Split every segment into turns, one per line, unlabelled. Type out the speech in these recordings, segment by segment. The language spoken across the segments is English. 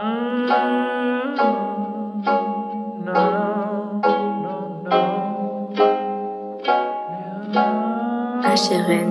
Mm, Ah, no, no, no.
Pas Sharon.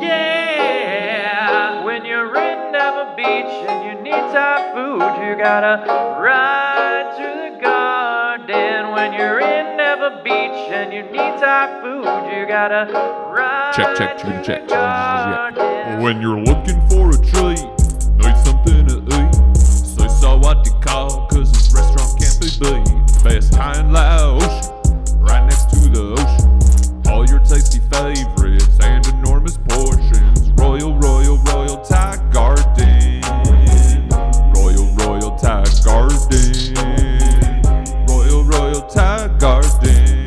Yeah, when you're in Napa Beach and you need Thai food, you gotta ride to the garden. When you're in Napa Beach and you need Thai food, you gotta ride
Check, check,
to
check,
the
check, check, check.
garden.
When you're looking for a treat, need something to eat. Say so what to call, cause this restaurant can't be beat. Fast Thai in Laos, right next to the ocean. All your tasty favorites and enormous portions. Royal, royal, royal Thai garden. Royal, royal Thai garden. Royal, royal Thai garden.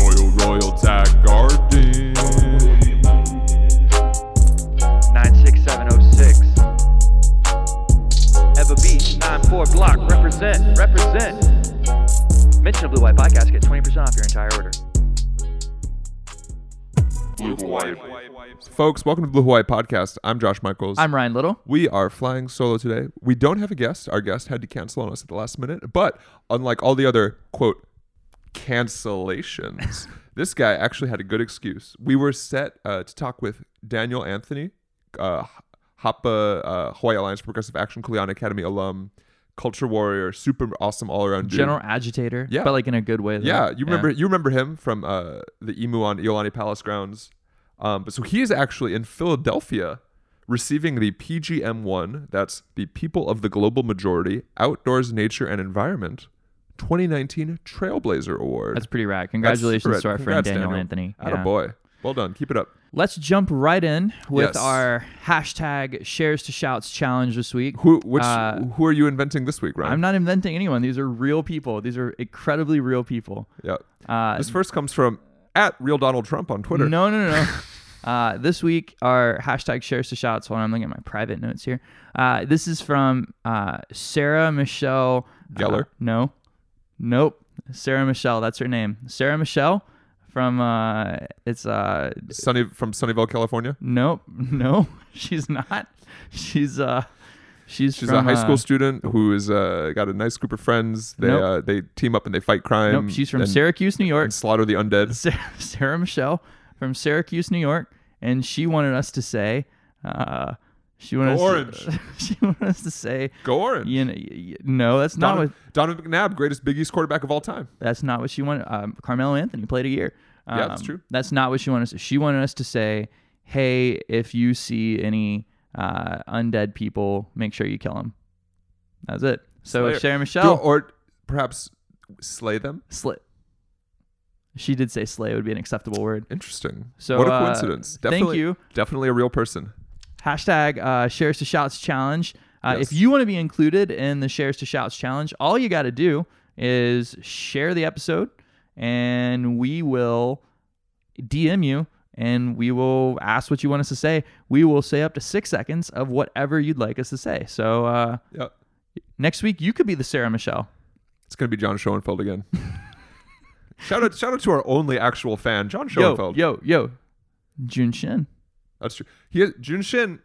Royal, royal Thai garden.
96706. Eva Beach, 94 block, represent, represent. Mention a Blue White Podcast, get 20% off your entire order.
Folks, welcome to Blue Hawaii Podcast. I'm Josh Michaels.
I'm Ryan Little.
we are flying solo today. We don't have a guest. Our guest had to cancel on us at the last minute, but unlike all the other quote cancellations, this guy actually had a good excuse. We were set uh, to talk with Daniel Anthony, uh, Hapa uh, Hawaii Alliance for Progressive Action Kuleana Academy alum, culture warrior, super awesome all around dude.
General agitator,
Yeah.
but like in a good way. though.
Yeah, you remember you remember him from uh, the emu on Iolani Palace grounds. Um, but so he is actually in Philadelphia receiving the PGM1, that's the People of the Global Majority Outdoors Nature and Environment 2019 Trailblazer Award.
That's pretty rad.
That's
Congratulations
super rad.
to our
Congrats,
friend Daniel, Anthony.
Atta
Yeah.
boy. Well done. Keep it up.
Let's jump right in with
Yes.
our hashtag shares to shouts challenge this week.
Who which
Uh,
who are you inventing this week, Ryan?
I'm not inventing anyone. These are real people. These are incredibly real people.
yeah.
Uh,
This first comes from at real Donald Trump on Twitter.
No, no, no. no. uh, this week, our hashtag shares to shouts. Hold on, I'm looking at my private notes here. Uh, this is from uh, Sarah Michelle
Gellar?
Uh, no, nope. Sarah Michelle. That's her name. Sarah Michelle from uh, it's uh,
Sunny from Sunnyvale, California.
nope, no, she's not. She's uh, she's
She's
from,
a high school
uh,
student who is uh, got a nice group of friends. They
Nope.
uh, they team up and they fight crime.
Nope, she's from
and,
Syracuse, New York.
and slaughter the undead.
Sarah, Sarah Michelle from Syracuse, New York, and she wanted us to say, uh, she wanted
Go
us To, she wanted us to say,
Go orange.
you know, y- y- no, that's not what
Donovan, Donovan McNabb, greatest Big East quarterback of all time.
that's not what she wanted. Um, Carmelo Anthony played a year. Um,
Yeah, that's true.
That's not what she wanted us. To, she wanted us to say, hey, if you see any uh, undead people, make sure you kill them. That's it. So
Slayer.
Sarah Michelle,
Do- or perhaps slay them.
slit. She did say slay would be an acceptable word.
Interesting.
So,
what a
uh,
coincidence.
thank
Definitely,
you.
Definitely a real person.
hashtag uh, shares to shouts challenge uh,
Yes.
if you want to be included in the shares to shouts challenge all you got to do is share the episode and we will dm you and we will ask what you want us to say we will say up to six seconds of whatever you'd like us to say so uh,
Yeah.
next week you could be the sarah michelle
It's gonna be John Schoenfeld again. shout out! Shout out to our only actual fan, John
yo
Schoenfeld.
yo yo jun shin
That's true. He is, Jun Shin.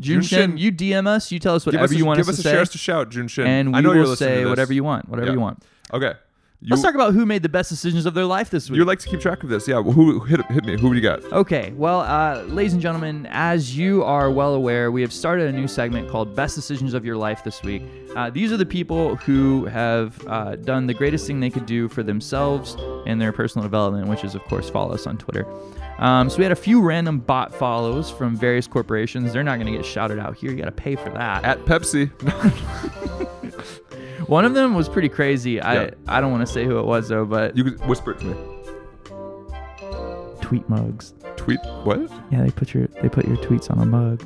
jun
Jun
shin
Shin,
you dm us you tell us
Give
whatever
us a,
you want
give
us
us
to
a
say
chance to shout, Jun Shin.
and we
I know you're
will
listening to
say
this.
whatever you want whatever
Yeah.
you want
Okay. You,
Let's talk about who made the best decisions of their life this
You
week.
like to keep track of this, yeah? Well, who hit hit me? Who do you got?
Okay, well, uh, ladies and gentlemen, as you are well aware, we have started a new segment called Best Decisions of Your Life this week. Uh, these are the people who have uh, done the greatest thing they could do for themselves and their personal development, which is, of course, follow us on Twitter. Um, so we had a few random bot follows from various corporations. They're not going to get shouted out here. You got to pay for that.
At Pepsi.
One of them was pretty crazy.
Yeah.
I, I don't want to say who it was, though, but
you could whisper it to me.
tweet mugs.
Tweet what?
Yeah, they put your they put your tweets on a mug.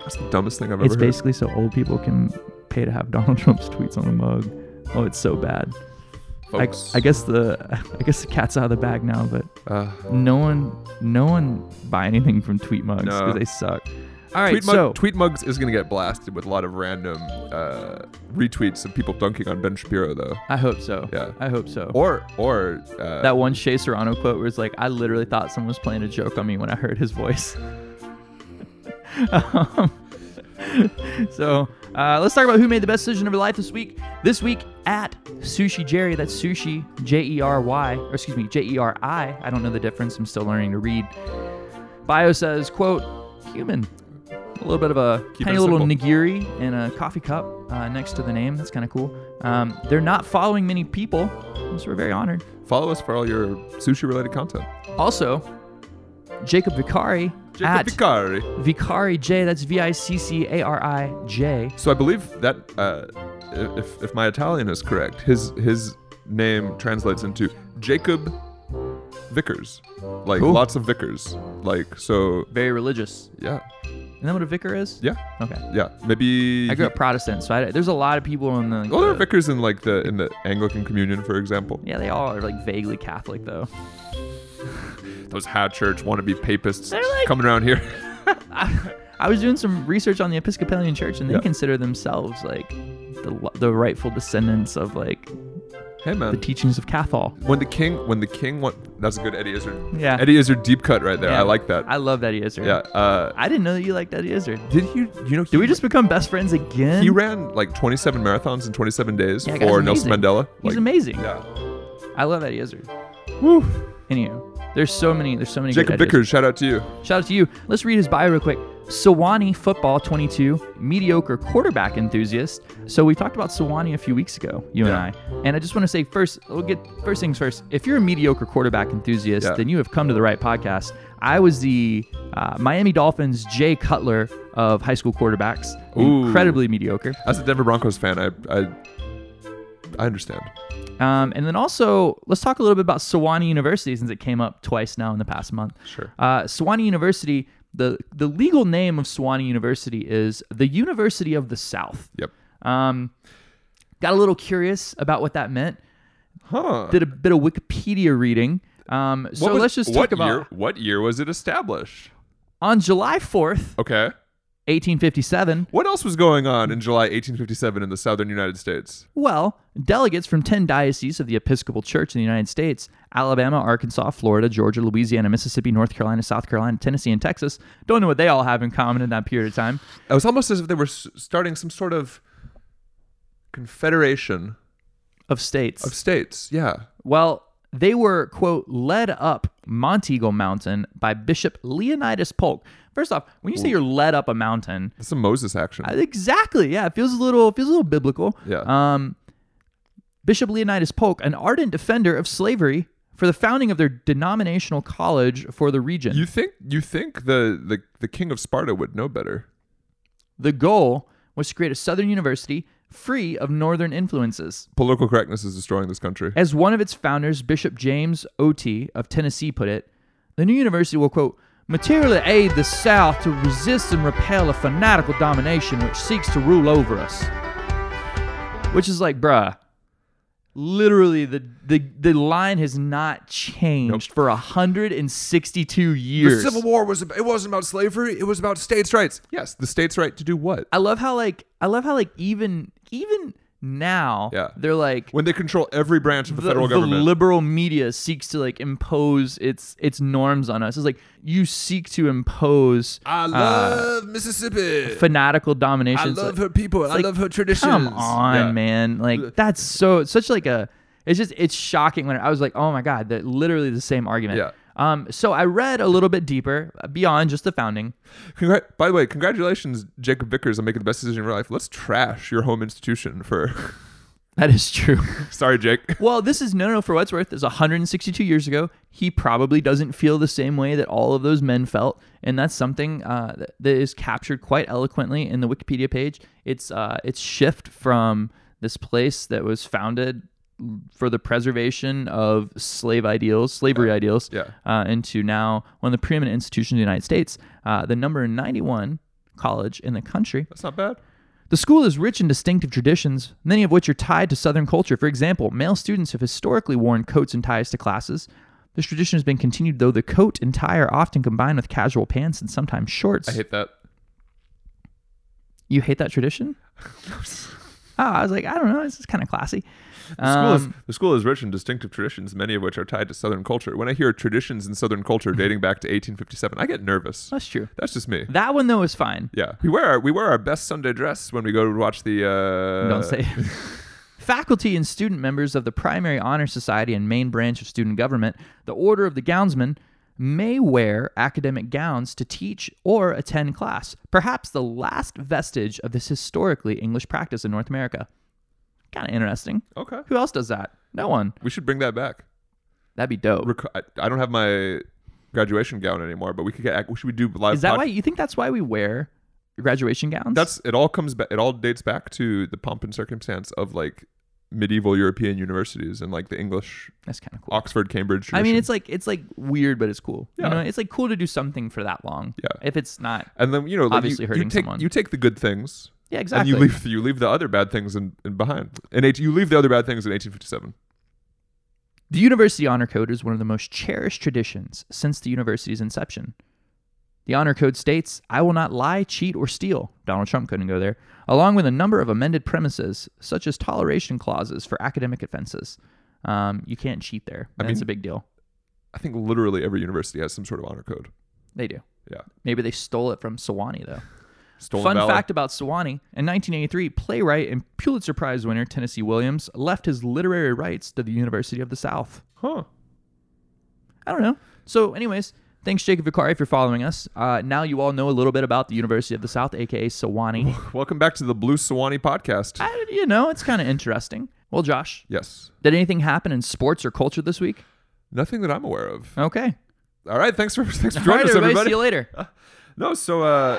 That's the dumbest thing I've
It's
ever heard.
basically so old people can pay to have Donald Trump's tweets on a mug. Oh, it's so bad. I,
Folks.
I guess the I guess the cat's out of the bag now, but
Uh,
no one no one buy anything from tweet mugs
No.
because they suck. All right,
Tweet, Mug-
so
Tweet Mugs is going to get blasted with a lot of random uh, retweets of people dunking on Ben Shapiro, though.
I hope so.
Yeah.
I hope so.
Or, or uh,
that one Shea Serrano quote where it's like, I literally thought someone was playing a joke on me when I heard his voice. um, so uh, let's talk about who made the best decision of your life this week. This week at Sushi Jerry, that's Sushi J E R Y, or excuse me, J E R I. I don't know the difference. I'm still learning to read. Bio says, "quote Human." A little bit of a
Keep
tiny
it
little
simple.
nigiri and a coffee cup uh, next to the name. That's kind of cool. Um, they're not following many people, so we're very honored.
Follow us for all your sushi related content.
Also, Jacob Vicari
Jacob
at
Vicari.
Vicari J. That's V I C C A R I J.
So I believe that uh, if, if my Italian is correct, his his name translates into Jacob Vickers. Like
Cool.
lots of Vickers. Like so
Very religious.
yeah.
Isn't that what a vicar is?
Yeah.
Okay.
Yeah. Maybe
I
he-
grew up uh, Protestant, so I, there's a lot of people in the.
Oh, there are vicars in like the in the Anglican communion, for example.
yeah, they all are like vaguely Catholic though.
Those high church wannabe papists
They're like-
coming around here.
I, I was doing some research on the Episcopalian Church, and they
Yeah.
consider themselves like the, the rightful descendants of like
hey
the
man.
teachings of Cathal.
when the king when the king wa- that's a good Eddie Izzard.
Yeah.
Eddie Izzard deep cut right there.
Yeah.
I like that.
I love Eddie Izzard.
yeah. Uh
I didn't know that you liked Eddie Izzard.
did you you know
Did
he-
we just become best friends again?
He ran like 27 marathons in 27 days
Yeah, guy's
for Nelson
amazing.
Mandela.
He's
Like,
amazing.
Yeah.
I love Eddie Izzard.
Woo.
Anywho, there's so many. There's so many.
Jacob
good ideas.
Vickers, shout out to you.
Shout out to you. Let's read his bio real quick. Sewanee football 22, mediocre quarterback enthusiast. So we talked about Sewanee a few weeks ago, you
Yeah.
and I. And I just want to say first, we'll get first things first. If you're a mediocre quarterback enthusiast,
Yeah.
then you have come to the right podcast. I was the uh, Miami Dolphins Jay Cutler of high school quarterbacks.
Ooh.
Incredibly mediocre.
As a Denver Broncos fan, I I, I understand.
Um, and then also, let's talk a little bit about Sewanee University since it came up twice now in the past month.
Sure.
Uh, Sewanee University, the, the legal name of Sewanee University is the University of the South.
Yep.
Um, got a little curious about what that meant.
Huh.
Did a bit of Wikipedia reading. Um, so
What was-
let's just
what
talk about
year, what year was it established?
on July 4th,
Okay.
1857,
What else was going on in July 1857 in the southern United States?
Well, delegates from 10 dioceses of the Episcopal Church in the United States Alabama, Arkansas, Florida, Georgia, Louisiana, Mississippi, North Carolina, South Carolina, Tennessee, and Texas don't know what they all have in common in that period of time.
It was almost as if they were s- starting some sort of confederation
Of states.
of states. Yeah.
well, they were, quote, led up Monteagle Mountain by Bishop Leonidas Polk. First off, when you say you're led up a mountain,
That's some Moses action.
I- exactly, yeah, it feels a little, it feels a little biblical.
Yeah.
Um, Bishop Leonidas Polk, an ardent defender of slavery, for the founding of their denominational college for the region.
you think you think the, the the king of Sparta would know better?
The goal was to create a Southern university free of Northern influences.
Political correctness is destroying this country.
As one of its founders, Bishop James O.T. of Tennessee, put it, the new university will, quote, materially aid the South to resist and repel a fanatical domination which seeks to rule over us. Which is like, bruh. Literally, the, the the line has not changed for 162 years.
The Civil War was it wasn't about slavery; it was about states' rights. Yes, the states' right to do what?
I love how like I love how like even even now
Yeah.
they're like
When they control every branch of the,
the,
federal
the
government.
liberal media seeks to like impose its its norms on us. It's like you seek to impose
I love Mississippi.
fanatical domination. It's like,
her people. I
like,
her traditions.
Come on,
Yeah.
man! Like that's so it's such like a. It's just it's shocking when I was like, oh my god, that literally the same argument.
Yeah.
Um. So I read a little bit deeper uh, beyond just the founding.
Congrat- by the way, congratulations, Jacob Vickers, on making the best decision of your life. Let's trash your home institution for.
That is true.
Sorry, Jake.
Well, this is no, no. For what's worth, is 162 years ago. He probably doesn't feel the same way that all of those men felt, and that's something uh, that- that is captured quite eloquently in the Wikipedia page. It's uh, its shift from this place that was founded for the preservation of slave ideals, slavery ideals,
Yeah.
uh, into now one of the preeminent institutions of the United States, uh, the number 91 college in the country.
That's not bad.
The school is rich in distinctive traditions, many of which are tied to Southern culture. For example, male students have historically worn coats and ties to classes. This tradition has been continued, though the coat and tie are often combined with casual pants and sometimes shorts.
I hate that.
you hate that tradition? oh, I was like, I don't know, this is kind of classy.
The school,
Um,
is, the school is rich in distinctive traditions, many of which are tied to Southern culture. When I hear traditions in Southern culture dating back to 1857, I get nervous.
that's true.
That's just me.
That one though is fine.
Yeah, we wear our, we wear our best Sunday dress when we go to watch the. Uh,
Don't say. Faculty and student members of the Primary Honor Society and main branch of student government, the Order of the Gownsmen, may wear academic gowns to teach or attend class, perhaps the last vestige of this historically English practice in North America. Kind of interesting.
Okay,
Who else does that? No one.
we should bring that back.
That'd be dope.
Rec- I I don't have my graduation gown anymore, but we could get. Should we do live?
Is that
pod-
why you think that's why we wear graduation gowns?
That's it. All comes back. It all dates back to the pomp and circumstance of like medieval European universities and like the English
that's kind of cool.
Oxford, Cambridge.
I mean,
tradition.
it's like it's like weird, but it's cool.
Yeah.
You know, it's like cool to do something for that long.
Yeah.
If it's not,
and then you know, like, you-
obviously
you,
hurting
take,
someone.
You take the good things.
yeah, exactly.
And you leave you leave the other bad things in, in behind. And eight, you leave the other bad things in 1857.
The University Honor Code is one of the most cherished traditions since the university's inception. The Honor Code states, I will not lie, cheat, or steal. Donald Trump couldn't go there. Along with a number of amended premises, such as toleration clauses for academic offenses. Um, you can't cheat there.
I
That's
mean-
a big deal.
I think literally every university has some sort of honor code.
They do.
Yeah,
Maybe they stole it from Sewanee, though.
stolen
Fun
valor.
fact about Sewanee in 1983, playwright and Pulitzer Prize winner Tennessee Williams left his literary rights to the University of the South.
Huh.
I don't know. So, anyways, thanks, Jacob Vicari, if you're following us. Uh, now you all know a little bit about the University of the South, aka Sewanee.
Welcome back to the Blue Sewanee podcast.
I, you know, it's kind of interesting. Well, Josh,
yes.
did anything happen in sports or culture this week?
Nothing that I'm aware of.
Okay.
All right, thanks for thanks for
All
joining
right,
us, everybody.
everybody. See you later.
No, so uh,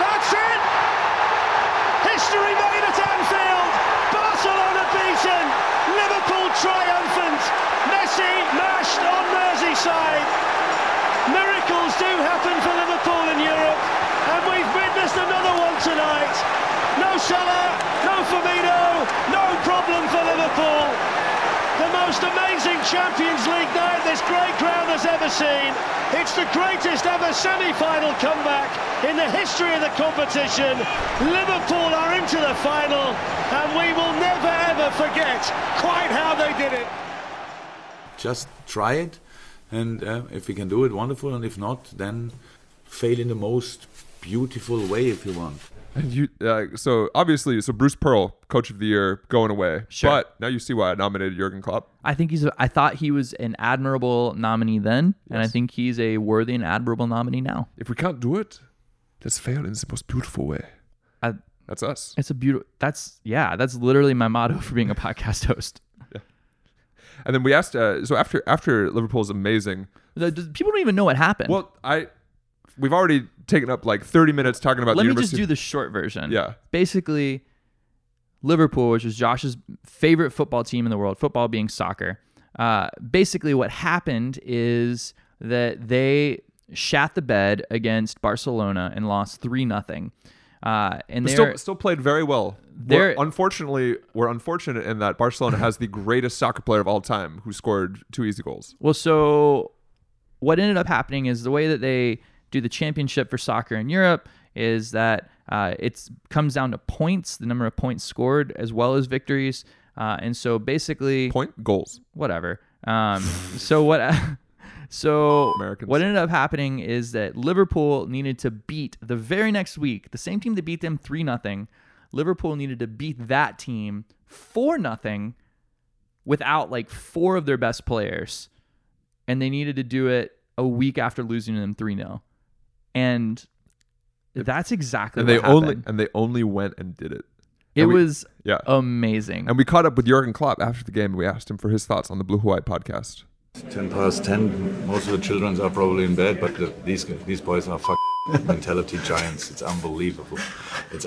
That's it! History made at Anfield! Barcelona beaten! Liverpool triumphant! Messi mashed on Merseyside! Miracles do happen for Liverpool in Europe, and we've witnessed another one tonight. No Salah, no Firmino, no problem for Liverpool. The most amazing Champions League night this great crowd has ever seen. It's the greatest ever semi-final comeback in the history of the competition. Liverpool are into the final, and we will never ever forget quite how they did it.
just try it and uh, if you can do it wonderful and if not then fail in the most beautiful way if you want
and you uh, so obviously so Bruce Pearl, coach of the year, going away.
Sure.
But now you see why I nominated Jurgen Klopp.
I think he's. A, I thought he was an admirable nominee then, and I think he's a worthy and admirable nominee now.
If we can't do it, let's fail in the most beautiful way.
I,
That's us.
it's a beautiful. That's yeah. That's literally my motto for being a podcast host.
And then we asked. Uh, so after after Liverpool's amazing
The- the- People don't even know what happened.
Well, I we've already taken up like 30 minutes talking about
Let
the
me just
university.
do the short version.
Yeah.
Basically, Liverpool, which is Josh's favorite football team in the world, football being soccer. Uh, basically, what happened is that they shat the bed against Barcelona and lost three nothing. Uh, and
But
they're
still still played very well. We're,
They're-
unfortunately, we're unfortunate in that Barcelona has the greatest soccer player of all time who scored two easy goals.
Well, so what ended up happening is the way that they do the championship for soccer in Europe is that uh, it comes down to points, the number of points scored, as well as victories. Uh, and so basically,
Point goals.
whatever. Um, so what? So
Americans.
what ended up happening is that Liverpool needed to beat the very next week the same team that beat them three nothing. Liverpool needed to beat that team four nothing without like four of their best players, and they needed to do it a week after losing to them three 0 and that's exactly
And
what
they
happened.
only and they only went and did it.
it
and we-
was
Yeah.
amazing.
and we caught up with Jurgen Klopp after the game and we asked him for his thoughts on the Blue Hawaii podcast.
10 past 10 most of the children are probably in bed but the, these these boys are fuck mentality giants it's unbelievable it's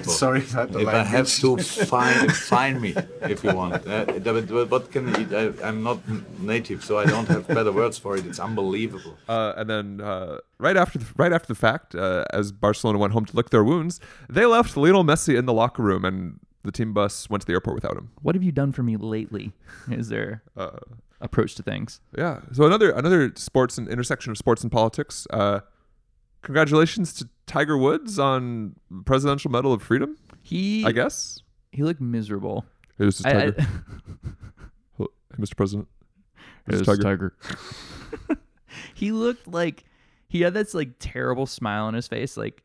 sorry about the
if i have to
language.
find find me if you want uh, but- but what can I, i'm not native so i don't have better words for it it's unbelievable
Uh, and then uh, right after the, right after the fact, uh, as Barcelona went home to lick their wounds, they left Lionel Messi in the locker room and the team bus went to the airport without him.
what have you done for me lately? Is their
Uh,
approach to things.
Yeah. So another another sports and intersection of sports and politics. Uh, congratulations to Tiger Woods on Presidential Medal of Freedom.
He
I guess.
he looked miserable.
It was
I-
just
I-
Tiger. Hold- Mr. President. It's
It was he looked like he had this like terrible smile on his face, like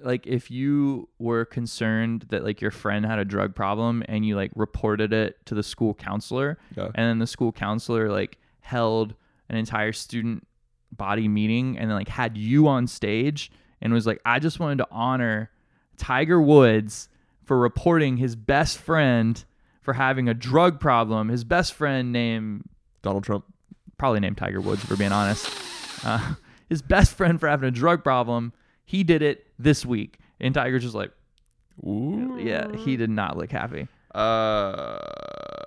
like if you were concerned that like your friend had a drug problem and you like reported it to the school counselor,
Yeah.
and then the school counselor like held an entire student body meeting and then like had you on stage and was like, I just wanted to honor Tiger Woods for reporting his best friend for having a drug problem. His best friend named
Donald Trump.
probably named Tiger Woods, if we're being honest. Uh, his best friend for having a drug problem. He did it this week. And Tiger's just like,
Ooh.
yeah, he did not look happy.
Uh,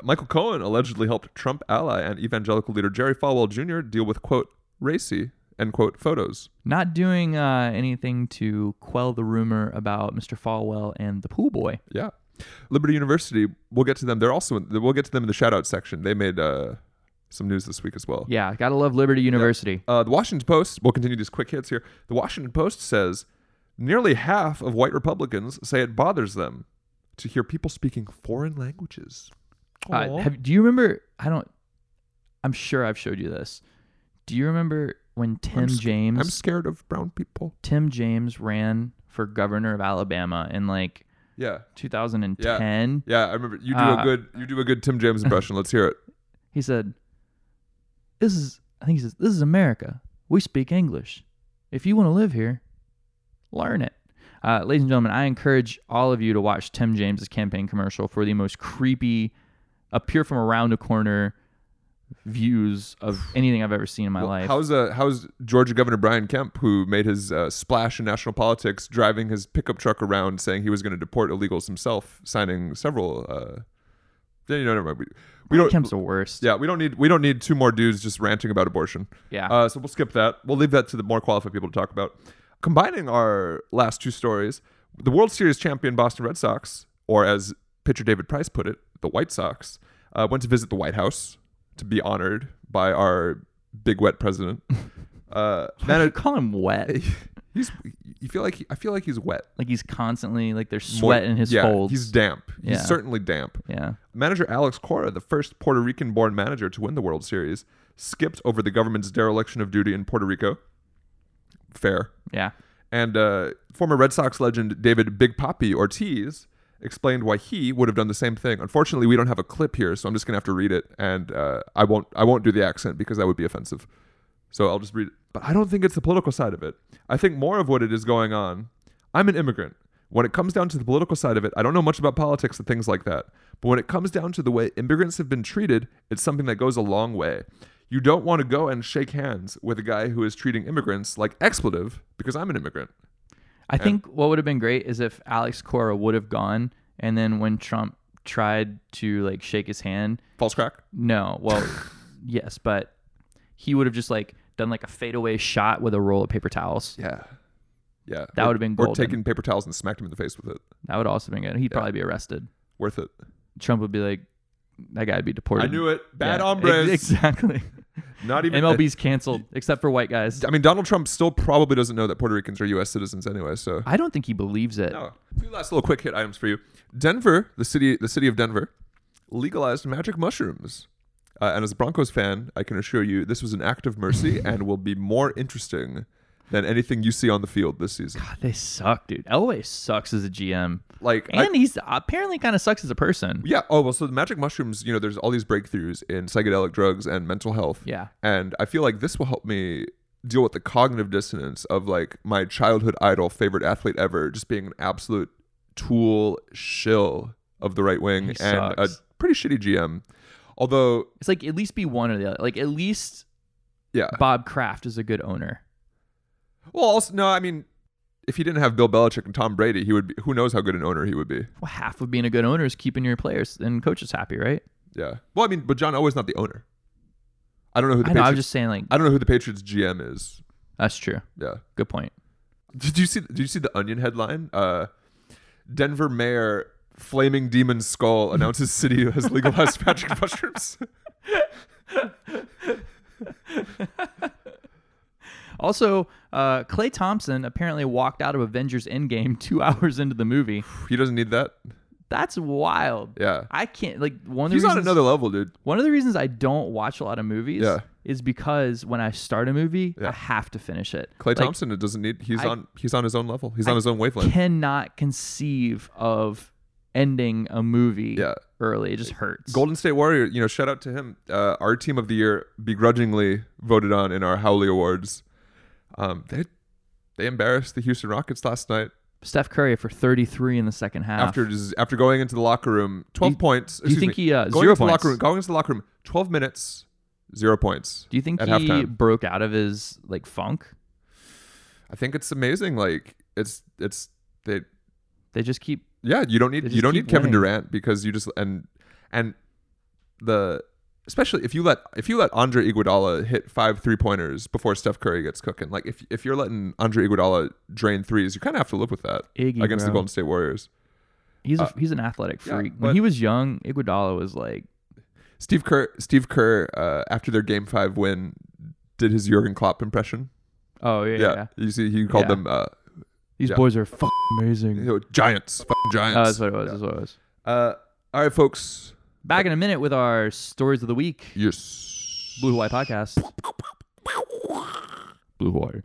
Michael Cohen allegedly helped Trump ally and evangelical leader Jerry Falwell Jr. deal with quote racy end quote photos.
Not doing uh, anything to quell the rumor about Mr. Falwell and the pool boy.
Yeah, Liberty University. We'll get to them. They're also in, we'll get to them in the shout out section. They made uh, some news this week as well.
Yeah, gotta love Liberty University.
Uh, the Washington Post, we'll continue these quick hits here. The Washington Post says nearly half of white Republicans say it bothers them to hear people speaking foreign languages.
Uh, have, do you remember? I don't. I'm sure I've showed you this. Do you remember when Tim
sc-
James?
I'm scared of brown people.
Tim James ran for governor of Alabama in like
Yeah.
2010.
Yeah, I remember you do a
Uh,
good you do a good Tim James impression. Let's hear it.
He said, "This is I think he says this is America. We speak English. If you want to live here, learn it." Uh, ladies and gentlemen, I encourage all of you to watch Tim James's campaign commercial for the most creepy, appear from around a corner views of anything I've ever seen in my
Well,
life.
How's uh, how's Georgia Governor Brian Kemp, who made his uh, splash in national politics, driving his pickup truck around, saying he was going to deport illegals himself, signing several. Uh, you know, never mind. We, we don't.
Kemp's the worst.
yeah, we don't need we don't need two more dudes just ranting about abortion.
Yeah.
Uh, so we'll skip that. We'll leave that to the more qualified people to talk about. Combining our last two stories, the World Series champion Boston Red Sox, or as pitcher David Price put it, the White Sox, uh, went to visit the White House to be honored by our big wet president. Uh,
I
man,
call him wet.
he's you feel like he, I feel like he's wet.
Like he's constantly like there's
More-
sweat in his
yeah,
folds.
He's damp.
Yeah.
He's certainly damp.
yeah.
Manager Alex Cora, the first Puerto Rican born manager to win the World Series, skipped over the government's dereliction of duty in Puerto Rico. Fair.
Yeah.
And uh, former Red Sox legend David Big Poppy Ortiz explained why he would have done the same thing. Unfortunately, we don't have a clip here, so I'm just gonna have to read it, and uh, I won't I won't do the accent because that would be offensive. So I'll just read it. But I don't think it's the political side of it. I think more of what it is going on. I'm an immigrant. When it comes down to the political side of it, I don't know much about politics and things like that. But when it comes down to the way immigrants have been treated, it's something that goes a long way. You don't want to go and shake hands with a guy who is treating immigrants like expletive because I'm an immigrant.
I think what would have been great is if Alex Cora would have gone, and then when Trump tried to like shake his hand,
False crack.
no, well, yes, but he would have just like done like a fadeaway shot with a roll of paper towels.
Yeah. Yeah.
That
Or-
would've been
Or
golden.
taken paper towels and smacked him in the face with it.
That would also been good. He'd probably be arrested.
Worth it.
Trump would be like, "That guy'd be deported."
I knew it.
Yeah,
Bad
ex-
hombres.
Exactly.
Not even
MLB's canceled except for white guys.
I mean, Donald Trump still probably doesn't know that Puerto Ricans are U.S. citizens anyway. So,
I don't think he believes it.
No. two last little quick hit items for you. Denver, the city, the city of Denver, legalized magic mushrooms. Uh, and as a Broncos fan, I can assure you this was an act of mercy and will be more interesting than anything you see on the field this season.
God, they suck, dude. Elway sucks as a GM,
Like, I-
and he's apparently kind of sucks as a person.
Yeah. Oh well. So the magic mushrooms. You know, there's all these breakthroughs in psychedelic drugs and mental health.
Yeah.
And I feel like this will help me deal with the cognitive dissonance of like my childhood idol, favorite athlete ever, just being an absolute tool shill of the right wing
He
and a
sucks.
pretty shitty GM. Although,
It's like at least be one or the other. Like at least
yeah.
Bob Kraft is a good owner.
Well, also no. I mean, if he didn't have Bill Belichick and Tom Brady, he would. be Who knows how good an owner he would be.
Well, half of being a good owner is keeping your players and coaches happy, right?
Yeah. Well, I mean, but John Elway's not the owner. I don't know who the
I know.
Patriots,
I'm just saying, like
I don't know who the Patriots GM is.
that's true.
Yeah.
Good point.
Did you see? Did you see the Onion headline? Uh, Denver mayor flaming demon skull announces city has legalized magic mushrooms.
Also, uh, Clay Thompson apparently walked out of Avengers Endgame two hours into the movie.
He doesn't need that.
That's wild.
Yeah.
I can't like one of the
He's on
reasons-
another level, dude.
One of the reasons I don't watch a lot of movies
Yeah.
is because when I start a movie,
Yeah.
I have to finish it.
Clay
Like,
Thompson, it doesn't need. He's
I-
on. He's on his own level. He's on his own wavelength.
cannot conceive of ending a movie
Yeah.
early. It just hurts.
Golden State Warrior. You know, shout out to him. Uh, our team of the year, begrudgingly voted on in our Howley Awards. Um, they they embarrassed the Houston Rockets last night
Steph Curry for 33 in the second half.
after z- after going into the locker room. Twelve
Do you-
points.
do you
excuse
think
me,
he, uh,
going
zero
into the
points?
locker room? Going into the locker room. Twelve minutes. Zero points.
Do you think
at
he
halftime.
broke out of his like funk?
I think it's amazing. Like it's it's they
They just keep
Yeah, you don't
They
need you
just
don't
keep
need Kevin
winning.
Durant because you just and and the especially if you let if you let Andre Iguodala hit five three pointers before Steph Curry gets cooking. Like if if you're letting Andre Iguodala drain threes, you kind of have to live with that
Iggy,
against the
bro.
Golden State Warriors.
he's a, he's an athletic
Uh, yeah,
freak.
but-
when he was young, Iguodala was like
Steve Kerr Steve Kerr uh, after their Game Five win did his Jurgen Klopp impression.
Oh yeah, yeah.
Yeah, you see, he called
Yeah.
them uh,
These
Yeah.
boys are fucking
you
amazing.
know, giants, fucking
Oh, that's
giants.
what it was. That's what it was.
uh, all right, folks.
Back in a minute with our stories of the week.
Yes.
Blue Hawaii podcast. Blue Hawaii.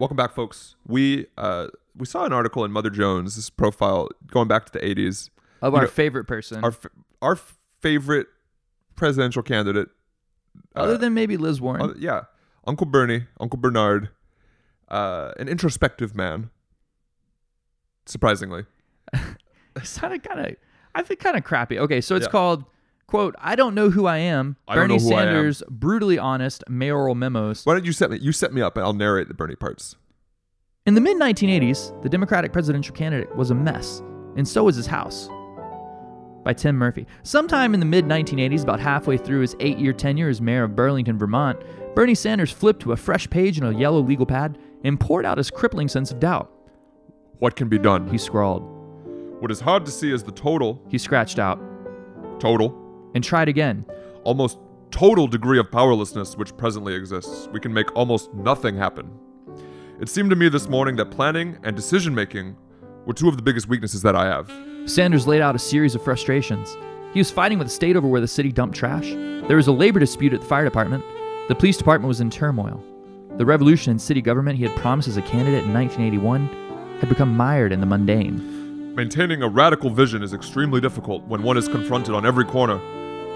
Welcome back, folks. We uh, we saw an article in Mother Jones, this profile going back to the '80s.
Of
You
our
know,
favorite person,
Our f- our f- favorite presidential candidate,
other than maybe Liz Warren.
uh, yeah, Uncle Bernie, Uncle Bernard, uh, an introspective man. Surprisingly,
It sounded kind of, I feel kind of crappy. Okay, so it's
Yeah.
called, quote, I don't know who I am.
I don't
Bernie
know who I am.
Sanders, brutally honest mayoral memos.
why don't you set me? You set me up, and I'll narrate the Bernie parts.
In the mid 1980s, the Democratic presidential candidate was a mess, and so was his house. By Tim Murphy. Sometime in the mid 1980s, about halfway through his eight year tenure as mayor of Burlington, Vermont, Bernie Sanders flipped to a fresh page and a yellow legal pad and poured out his crippling sense of doubt.
What can be done?
He scrawled,
What is hard to see is the total,
he scratched out,
total,
and tried again.
almost total degree of powerlessness which presently exists. We can make almost nothing happen. It seemed to me this morning that planning and decision making were two of the biggest weaknesses that I have.
Sanders laid out a series of frustrations. He was fighting with the state over where the city dumped trash. There was a labor dispute at the fire department. The police department was in turmoil. The revolution in city government he had promised as a candidate in 1981 had become mired in the mundane.
Maintaining a radical vision is extremely difficult when one is confronted on every corner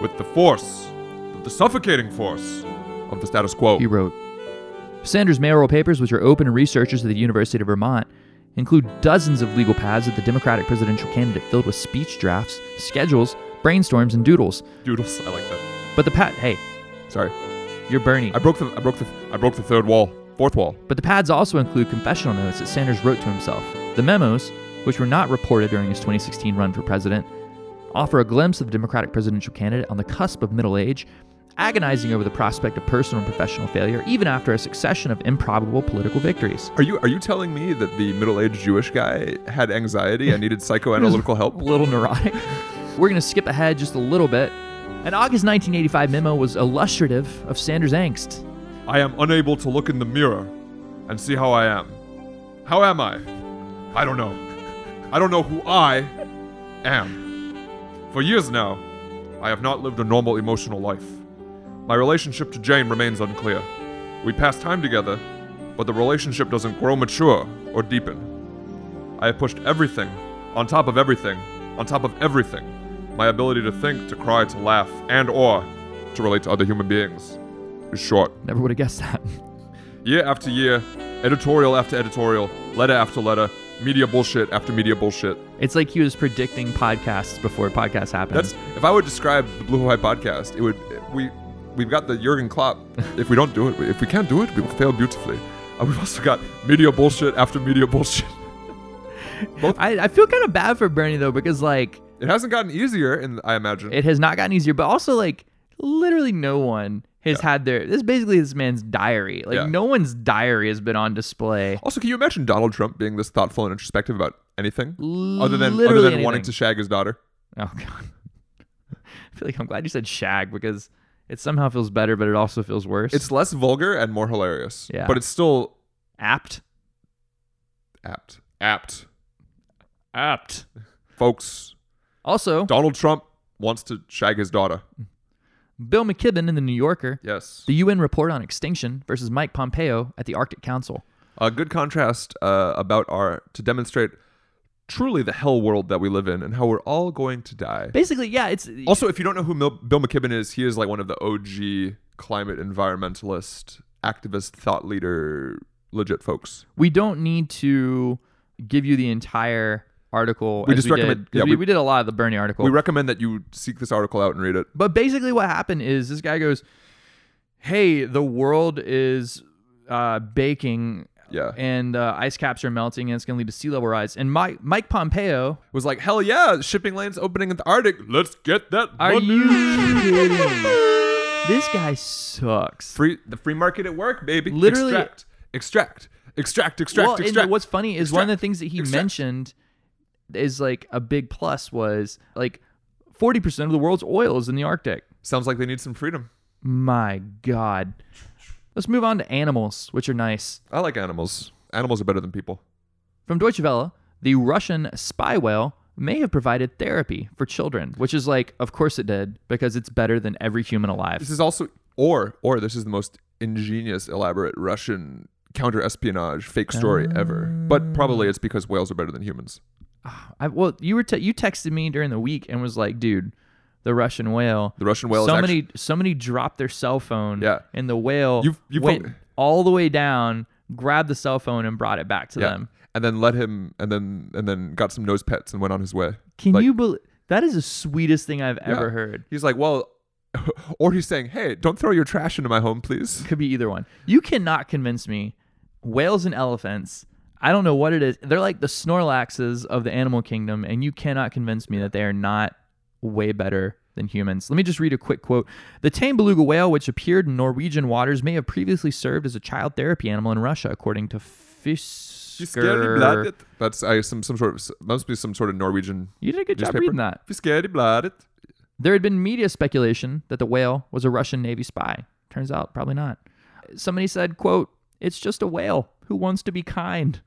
with the force, the suffocating force of the status quo.
He wrote Sanders' mayoral papers, which are open to researchers at the University of Vermont, include dozens of legal pads of the Democratic presidential candidate filled with speech drafts, schedules, brainstorms, and doodles.
Doodles, I like that.
But the pad, hey,
Sorry,
you're Bernie.
I broke the, I broke the, I broke the third wall, fourth wall.
But the pads also include confessional notes that Sanders wrote to himself. The memos, which were not reported during his 2016 run for president, offer a glimpse of the Democratic presidential candidate on the cusp of middle age, agonizing over the prospect of personal and professional failure, even after a succession of improbable political victories.
Are you, are you telling me that the middle-aged Jewish guy had anxiety and needed psychoanalytical help?
A little neurotic. We're going to skip ahead just a little bit. An August 1985 memo was illustrative of Sanders' angst.
I am unable to look in the mirror and see how I am. How am I? I don't know. I don't know who I am. For years now, I have not lived a normal emotional life. My relationship to Jane remains unclear. We pass time together, but the relationship doesn't grow mature or deepen. I have pushed everything, on top of everything, on top of everything, my ability to think, to cry, to laugh, and or to relate to other human beings is short.
Never would have guessed that.
Year after year, editorial after editorial, letter after letter, media bullshit after media bullshit.
It's like he was predicting podcasts before podcasts happened.
That's if I would describe the Blue Hawaii podcast, it would we we've got the Jurgen Klopp. if we don't do it, if we can't do it, we will fail beautifully. And we've also got media bullshit after media bullshit.
I, I feel kind of bad for Bernie though because like
It hasn't gotten easier, and I imagine.
it has not gotten easier, but also like literally no one has had their this is basically this man's diary. Like
Yeah.
no one's diary has been on display.
also, can you imagine Donald Trump being this thoughtful and introspective about anything other than other
Literally
than wanting
anything.
to shag his daughter?
Oh god. I feel like I'm glad you said shag because It somehow feels better, but it also feels worse.
It's less vulgar and more hilarious.
Yeah.
But it's still
apt.
apt. Apt.
Apt.
Folks,
Also,
Donald Trump wants to shag his daughter.
Bill McKibben in The New Yorker,
Yes.
the UN report on extinction versus Mike Pompeo at the Arctic Council.
A good contrast uh, about our to demonstrate truly the hell world that we live in and how we're all going to die.
Basically, yeah, it's
Also, if you don't know who Mil- Bill McKibben is, he is like one of the OG climate environmentalist, activist, thought leader, legit folks.
we don't need to give you the entire article.
We
as
just
did,
recommend-
'cause
yeah,
we,
we-
we did a lot of the Bernie article.
We recommend that you seek this article out and read it.
But basically, what happened is this guy goes, "Hey, the world is uh, baking,
Yeah.
and uh, ice caps are melting, and it's going to lead to sea level rise." And Mike Mike Pompeo,
was like, hell yeah, shipping lanes opening in the Arctic. Let's get that
are
money.
you kidding? This guy sucks.
free the free market at work, baby.
Literally-
extract, extract, extract, extract,
well, and
extract.
what's funny is one of the
extract,
things that he
extract.
mentioned is like a big plus was like forty percent of the world's oil is in the Arctic.
Sounds like they need some freedom.
My God. Let's move on to animals, which are nice.
I like animals. Animals are better than people.
From Deutsche Welle, the Russian spy whale may have provided therapy for children, which is like, of course it did, because it's better than every human alive.
This is also or or this is the most ingenious, elaborate Russian counter espionage fake story ever. But probably it's because whales are better than humans.
I, well, you were te- you texted me during the week and was like, dude, the Russian whale.
The Russian whale is
Somebody somebody dropped their cell phone.
Yeah.
And the whale
You've- you've
went
prob-
all the way down, grabbed the cell phone, and brought it back to
Yeah.
them.
And then let him and then and then got some nose pets and went on his way.
Can
Like-
you believe? That is the sweetest thing I've
Yeah.
ever heard.
He's like, well, or he's saying, hey, don't throw your trash into my home, please.
Could be either one. You cannot convince me. Whales and elephants. I don't know what it is. They're like the Snorlaxes of the animal kingdom, and you cannot convince me that they are not way better than humans. Let me just read a quick quote. The tame beluga whale, which appeared in Norwegian waters, may have previously served as a child therapy animal in Russia, according to Fisker.
That's I some some sort of must be some sort of Norwegian.
You did a good job
newspaper.
reading that.
Fiskeri bladet.
There had been media speculation that the whale was a Russian Navy spy. Turns out, probably not. Somebody said, quote, it's just a whale who wants to be kind.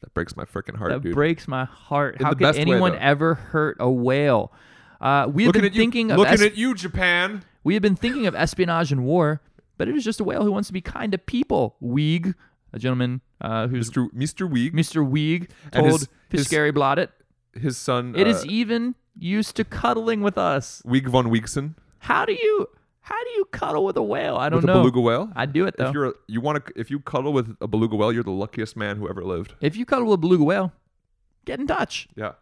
That breaks my freaking heart,
that
dude.
breaks my heart.
In
How
the
could
best way,
anyone
though.
ever hurt a whale? Uh, we have
looking
been
at you,
thinking of
looking
es-
at you, Japan.
we have been thinking of espionage and war, but it is just a whale who wants to be kind to people. Weeg, a gentleman uh, who's
Mr. Mr. Weeg,
Mr. Weeg,
And
told
his- his-
Piscary Bloddet,
his son.
it
uh,
is e- even used to cuddling with us.
Weeg von Weegson
How do you how do you cuddle with a whale? I don't
with a
know.
beluga whale.
I do it though.
if you're a, you want to if you cuddle with a beluga whale, you're the luckiest man who ever lived.
if you cuddle with a beluga whale, get in touch.
Yeah.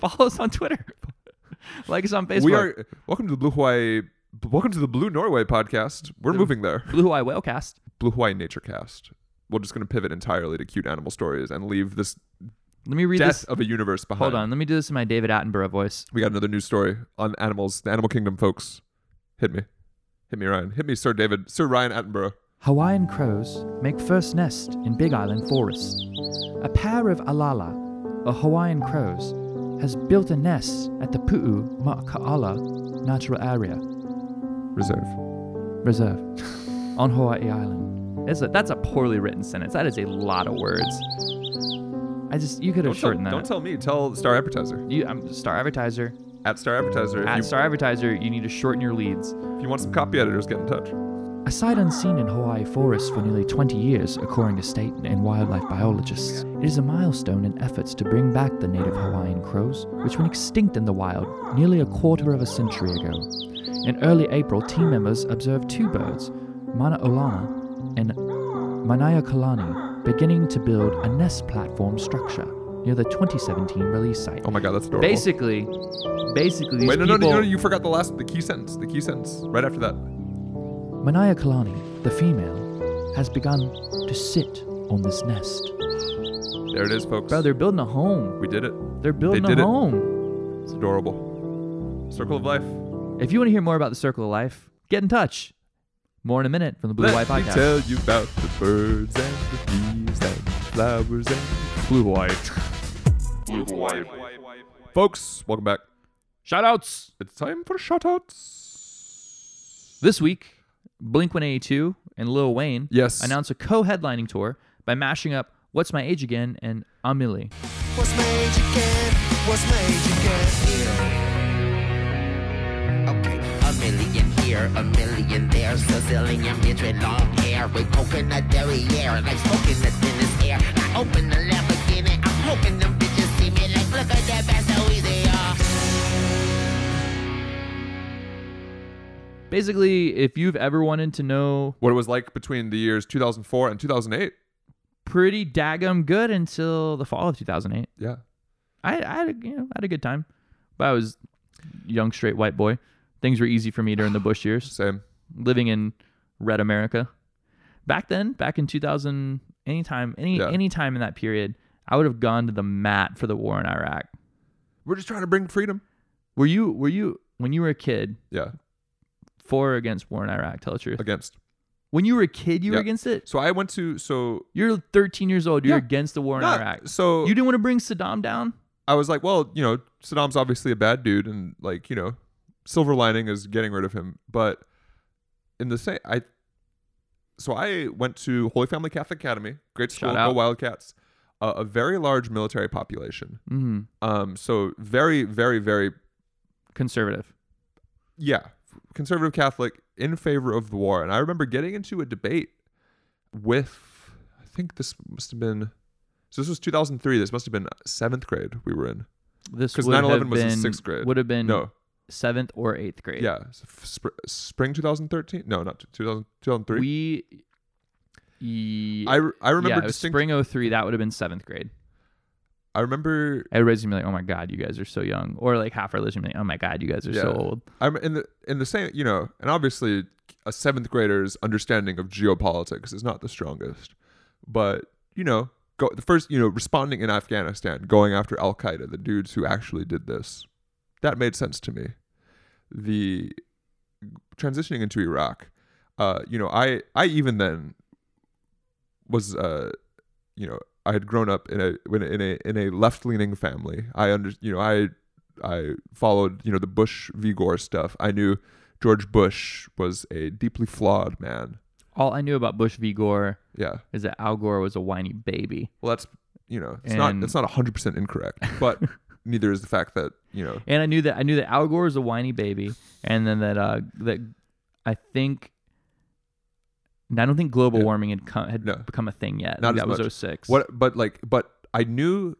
Follow us on Twitter. like us on Facebook.
we are welcome to the Blue Hawaii. Welcome to the Blue Norway podcast. We're moving there.
Blue Hawaii Whalecast.
Blue Hawaii Nature Cast. We're just going to pivot entirely to cute animal stories and leave this
Let me read
death
this.
of a universe behind.
Hold on, let me do this in my David Attenborough voice.
We got another news story on animals, the animal kingdom, folks. Hit me. Hit me, Ryan. Hit me, Sir David. Sir Ryan Attenborough.
Hawaiian crows make first nest in Big Island forest. A pair of alala, or Hawaiian crows, has built a nest at the Pu'u Maka'ala Natural Area
Reserve.
Reserve on Hawaii Island. That's a, that's a poorly written sentence. That is a lot of words. I just, you could
Don't, tell,
have shortened that.
don't tell me. Tell Star Advertiser.
you, I'm Star Advertiser.
At Star Advertiser. If,
At
you,
Star Advertiser, you need to shorten your leads.
if you want some copy editors, get in touch. Oh
A sight unseen in Hawaii forests for nearly 20 years, according to state and wildlife biologists, it is a milestone in efforts to bring back the native Hawaiian crows, which went extinct in the wild nearly a quarter of a century ago. In early April, team members observed two birds, Manaolana and Manayakalani, beginning to build a nest platform structure near the 2017 release site.
Oh my God, that's adorable.
Basically, basically, these
Wait, no, no,
people.
no, no, you forgot the last, the key sentence. The key sentence. Right after that.
Manaya Kalani, the female, has begun to sit on this nest.
There it is, folks.
Bro, they're building a home.
We did it.
They're building
did
a
it.
home.
It's adorable. Circle of life.
If you want to hear more about the circle of life, get in touch. More in a minute from the Blue Hawaii
Let me
Podcast.
tell you about the birds and the bees and the flowers and Blue Hawaii. Blue Hawaii. Folks, welcome back.
Shoutouts.
It's time for shoutouts.
This week, Blink 182 and Lil Wayne
Yes.
announced a co headlining tour by mashing up What's My Age Again and Amelie.
What's made you get? What's made you get here?
Okay, a million here, a million there. Sicilian bitch with long hair, with coconut derriere, like smoking the thinnest air. I open the Lamborghini, I'm hoping them bitches see me like, look at that bad so easy, uh. y'all.
Basically, if you've ever wanted to know
What it was like between the years 2004 and 2008.
pretty daggum good until the fall of 2008,
Yeah.
I, I, had, a, you know, I had a good time. But I was young, straight white boy. Things were easy for me during the Bush years.
Same.
living in red America. Back then, back in 2000, anytime, any
Yeah.
any time in that period, I would have gone to the mat for the war in Iraq.
We're just trying to bring freedom.
Were you were you when you were a kid
Yeah.
for or against war in Iraq? Tell the truth.
Against.
When you were a kid, you were
Yeah.
against it.
So I went to so
You're 13 years old. You're
Yeah.
against the war in
Not-
Iraq.
so
you didn't want to bring Saddam down.
I was like, well, you know, Saddam's obviously a bad dude, and like, you know, silver lining is getting rid of him. But in the same, I so I went to Holy Family Catholic Academy, great school,
Shout
go
out.
Wildcats, uh, a very large military population.
hmm
Um, so very, very, very,
Conservative.
yeah, conservative Catholic in favor of the war. And I remember getting into a debate with, I think this must have been, so this was 2003. This must have been seventh grade we were in.
This
'Cause
would
9/11
have
was in
been-
sixth grade.
Would have been
No,
seventh or eighth grade.
Yeah, s- f- spr- spring 2013. No, not 2000, 2003.
We. Ye-
I, re- I remember
yeah, it was
distinct-
spring 03. That would have been seventh grade.
I remember
everybody's gonna be like, "Oh my god, you guys are so young," or like half our listeners, gonna be like, "Oh my god, you guys are so
Yeah.
old."
I'm in the in the same you know, and obviously a seventh grader's understanding of geopolitics is not the strongest, but you know, go the first you know responding in Afghanistan, going after Al Qaeda, the dudes who actually did this, that made sense to me. The transitioning into Iraq, uh, you know, I I even then was uh, you know, I had grown up in a in a in a, in a left leaning family. I under you know I I followed, you know, the Bush v. Gore stuff. I knew George Bush was a deeply flawed man.
All I knew about Bush v. Gore
Yeah.
is that Al Gore was a whiny baby,
Well, that's you know, it's not
And-
it's not hundred percent incorrect, but neither is the fact that you know
and I knew that I knew that Al Gore was a whiny baby, and then that uh that I think. and I don't think global warming had come, had
No.
become a thing yet. I
not
think
as
that
much.
was 06.
What? But like, but I knew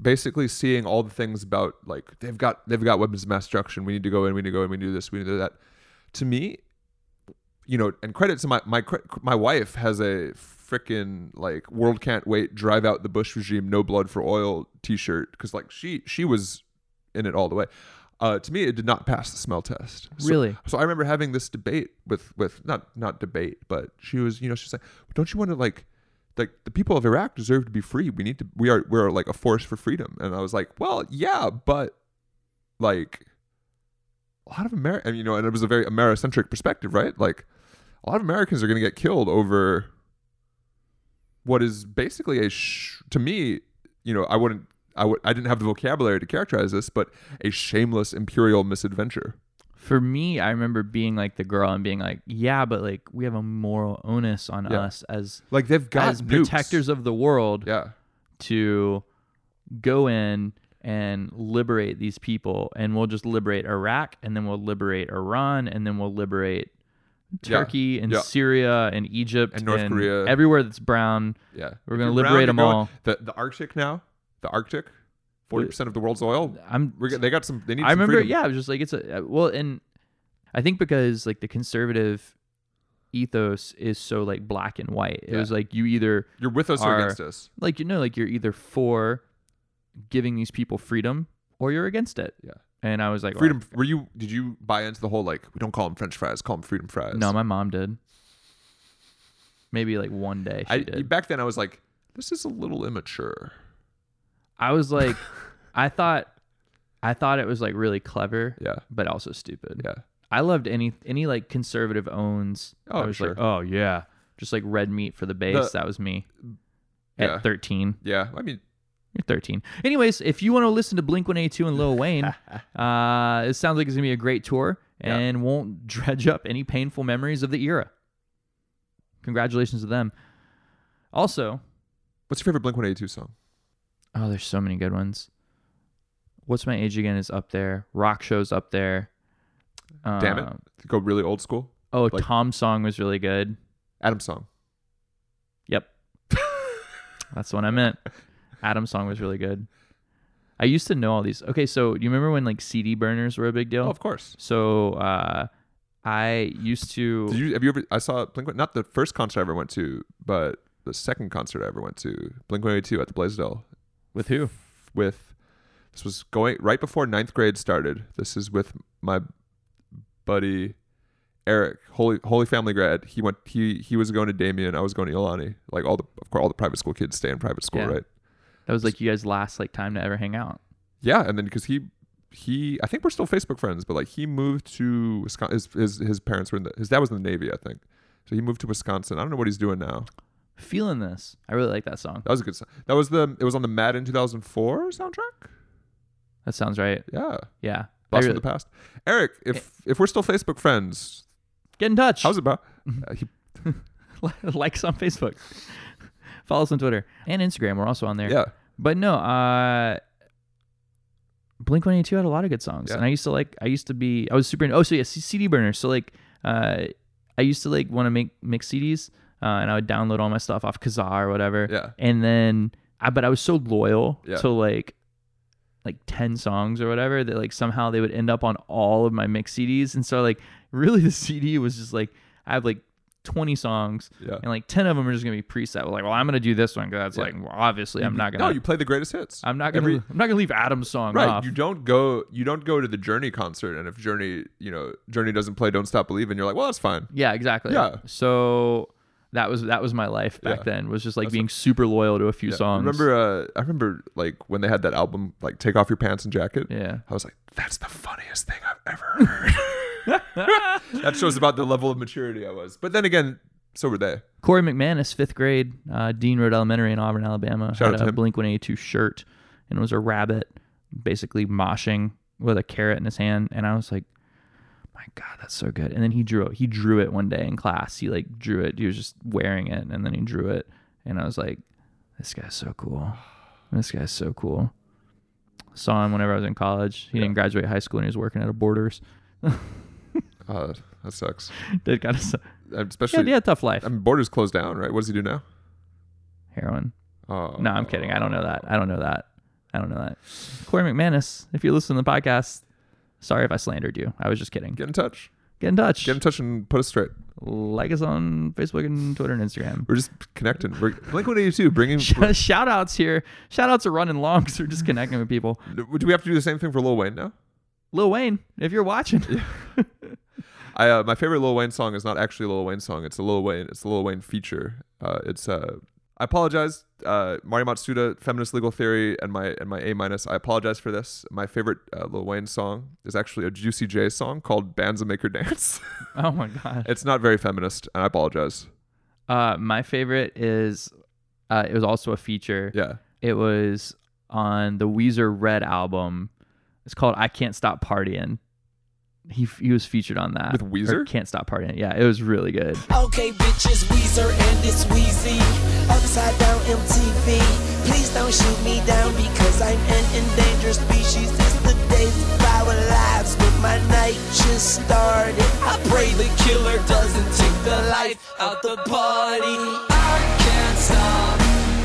basically seeing all the things about like they've got they've got weapons of mass destruction. We need to go in. We need to go in. We need to do this. We need to do that. To me, you know, and credit to my my cre- my wife has a freaking like world can't wait drive out the Bush regime no blood for oil t shirt because like she she was in it all the way. Uh, to me, it did not pass the smell test. So-
Really?
So I remember having this debate with with not not debate, but she was you know she's like, don't you want to like like the people of Iraq deserve to be free. We need to we are we're like a force for freedom. And I was like, well, yeah, but like a lot of America, and you know, and it was a very Americentric perspective, right? Like a lot of Americans are going to get killed over what is basically a sh- to me, you know, I wouldn't I would I didn't have the vocabulary to characterize this, but a shameless imperial misadventure.
For me, I remember being like the girl and being like, "Yeah, but like we have a moral onus on
Yeah.
us as
Like they've got
as
nukes.
protectors of the world
Yeah.
to go in and liberate these people and we'll just liberate Iraq and then we'll liberate Iran and then we'll liberate
Yeah.
Turkey and
Yeah.
Syria and Egypt
And North Korea.
everywhere that's brown
Yeah.
We're
If you're
gonna
brown,
liberate
you're
them
going-
all.
The the Arctic now, the Arctic, forty percent of the world's oil.
I'm
We're, g- they got some. They need.
I
some
remember
freedom.
yeah it was just like it's a uh, well and I think because like the conservative ethos is so like black and white it
Yeah.
was like you either
You're with us or
are-
against us.
like you know like you're either for giving these people freedom or you're against it
Yeah.
and I was like well,
Freedom. Were you? Did you buy into the whole like we don't call them French fries, call them freedom fries?
No, my mom did. Maybe like one day she
I
did.
back then I was like, this is a little immature.
I was like, I thought, I thought it was like really clever,
Yeah.
but also stupid.
Yeah.
I loved any any like conservative owns. I
Oh,
was
sure.
like, oh yeah, just like red meat for the base.
The-
that was me
Yeah.
at thirteen.
Yeah. I mean,
You're 13. Anyways, if you want to listen to Blink 182 and Lil Wayne, uh, it sounds like it's going to be a great tour.
Yeah.
and won't dredge up any painful memories of the era. Congratulations to them. Also,
What's your favorite Blink 182 song?
oh, there's so many good ones. What's My Age Again is up there. Rock Show's up there.
Damn it.
Um,
Go really old school.
Oh,
Like-
Tom's song was really good.
Adam's song.
Yep. That's the one I meant. Adam's song was really good. I used to know all these. Okay, so you remember when like CD burners were a big deal?
Oh, of course.
So uh, I used to.
Did you have you ever? I saw Blink not the first concert I ever went to, but the second concert I ever went to, Blink One Eighty Two at the Blaisdell
with who?
with. This was going right before ninth grade started. This is with my buddy Eric, Holy Holy Family grad. He went. He he was going to Damien. I was going to Ilani. Like all the of course all the private school kids stay in private school,
Yeah.
right?
That was like you guys' last like time to ever hang out.
Yeah, and then because he he I think we're still Facebook friends, but like he moved to Wisconsin. His his, his parents were in the his dad was in the Navy, I think. So he moved to Wisconsin. I don't know what he's doing now.
Feeling this. I really like that song.
That was a good song. That was the it was on the Madden 2004 soundtrack.
That sounds right.
Yeah,
Yeah. I
Blast from
really-
the Past. Eric, if
Eh.
if we're still Facebook friends,
Get in touch.
how's it about?
Mm-hmm.
Uh, he,
like us on Facebook. Follow us on Twitter and Instagram. We're also on there.
yeah,
But no, uh Blink 182 had a lot of good songs.
Yeah.
And I used to like I used to be I was super oh so yeah, C- CD burner. So like uh I used to like want to make mix CDs uh, and I would download all my stuff off Kazaa or whatever.
Yeah.
And then I but I was so loyal
Yeah.
to like like 10 songs or whatever that like somehow they would end up on all of my mix CDs and so like really the CD was just like I have like 20 songs
Yeah.
and like 10 of them are just going to be preset like well I'm going to do this one cuz that's
Yeah.
like well, obviously I'm not going to
no, you play the greatest hits.
I'm not gonna.
Every-
I'm not gonna leave Adam's song
Right,
off.
you don't go. You don't go to the Journey concert, and if Journey, you know, Journey doesn't play "Don't Stop Believing," you're like, well, that's fine.
yeah, exactly.
Yeah.
So that was that was my life back
Yeah.
then. Was just like being super loyal to a few
I
songs.
Remember, uh, I remember like when they had that album, like "Take Off Your Pants and Jacket."
Yeah.
I was like, "That's the funniest thing I've ever heard." that shows about the level of maturity I was. But then again, so were they.
Corey McManus, fifth grade, uh, Dean Road Elementary in Auburn, Alabama,
Shout out
had
to
a
him.
Blink One Eighty Two shirt and was a rabbit, basically moshing with a carrot in his hand, and I was like. My God, that's so good. And then he drew it. He drew it one day in class. He like drew it. He was just wearing it, and then he drew it. And I was like, "This guy's so cool. This guy's so cool." Saw him whenever I was in college. He didn't graduate high school, and he was working at a Borders.
Uh, that sucks.
Did kind of
And
yeah,
Especially,
yeah, tough life.
I mean, Borders closed down, right? What does he do now?
Heroin.
Oh,
No, I'm kidding. I don't know that. I don't know that. I don't know that. Corey McManus, if you listen to the podcast, sorry if I slandered you. I was just kidding. Get,
Get in touch.
in touch.
Get in touch and put us straight.
like us on Facebook and Twitter and Instagram.
We're just connecting. We're Blink One Eighty Two bringing.
Shout outs here. Shout outs are running long because we're just connecting with people.
Do we have to do the same thing for Lil Wayne now?
Lil Wayne, if you're watching,
I uh, my favorite Lil Wayne song is not actually a Lil Wayne song. It's a Lil Wayne. It's a Lil Wayne feature. Uh, it's uh, I apologize, uh, Mari Matsuda, feminist legal theory, and my and my A minus. I apologize for this. My favorite uh, Lil Wayne song is actually a Juicy J song called "Bands Make Her Dance."
oh my God.
it's not very feminist, and I apologize.
Uh, my favorite is uh, it was also a feature.
Yeah,
It was on the Weezer Red album. It's called "I Can't Stop Partying." He he was featured on that
With
Or
Weezer?
Can't Stop Partying. Yeah, it was really good.
Okay, bitches, Weezer and it's Wheezy. Upside down MTV. Please don't shoot me down because I'm an endangered species. It's the day of our lives, but my night just started. I pray the killer doesn't take the life out the party. I can't stop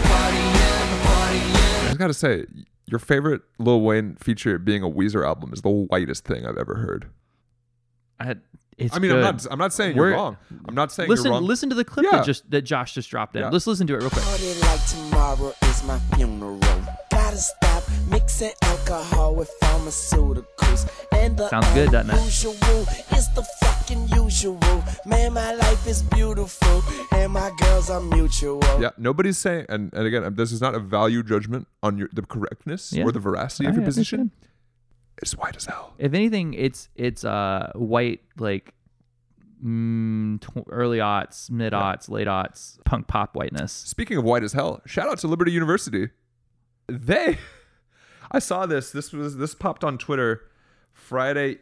partying, partying.
I just gotta say, your favorite Lil Wayne feature being a Weezer album is the whitest thing I've ever heard.
I had, it's
I mean,
good.
I'm not I'm not saying
We're-
you're wrong. I'm not saying
Listen,
you're wrong.
listen to the clip
Yeah.
that just that Josh just dropped in.
Yeah.
Let's listen to it real quick.
Party like tomorrow is my funeral. Gotta stop mixing alcohol with pharmaceuticals. And the
Sounds good, doesn't it?
unusual is the fucking usual. Man, my life is beautiful, and my girls are mutual.
Yeah, nobody's saying, and, and again, um, this is not a value judgment on your the correctness
Yeah.
or the veracity
I
of your position.
understand.
It's white as hell.
If anything, it's it's uh white like mm, tw- early aughts, mid aughts, late aughts, punk pop whiteness.
Speaking of white as hell, shout out to Liberty University. They, I saw this. This was this popped on Twitter Friday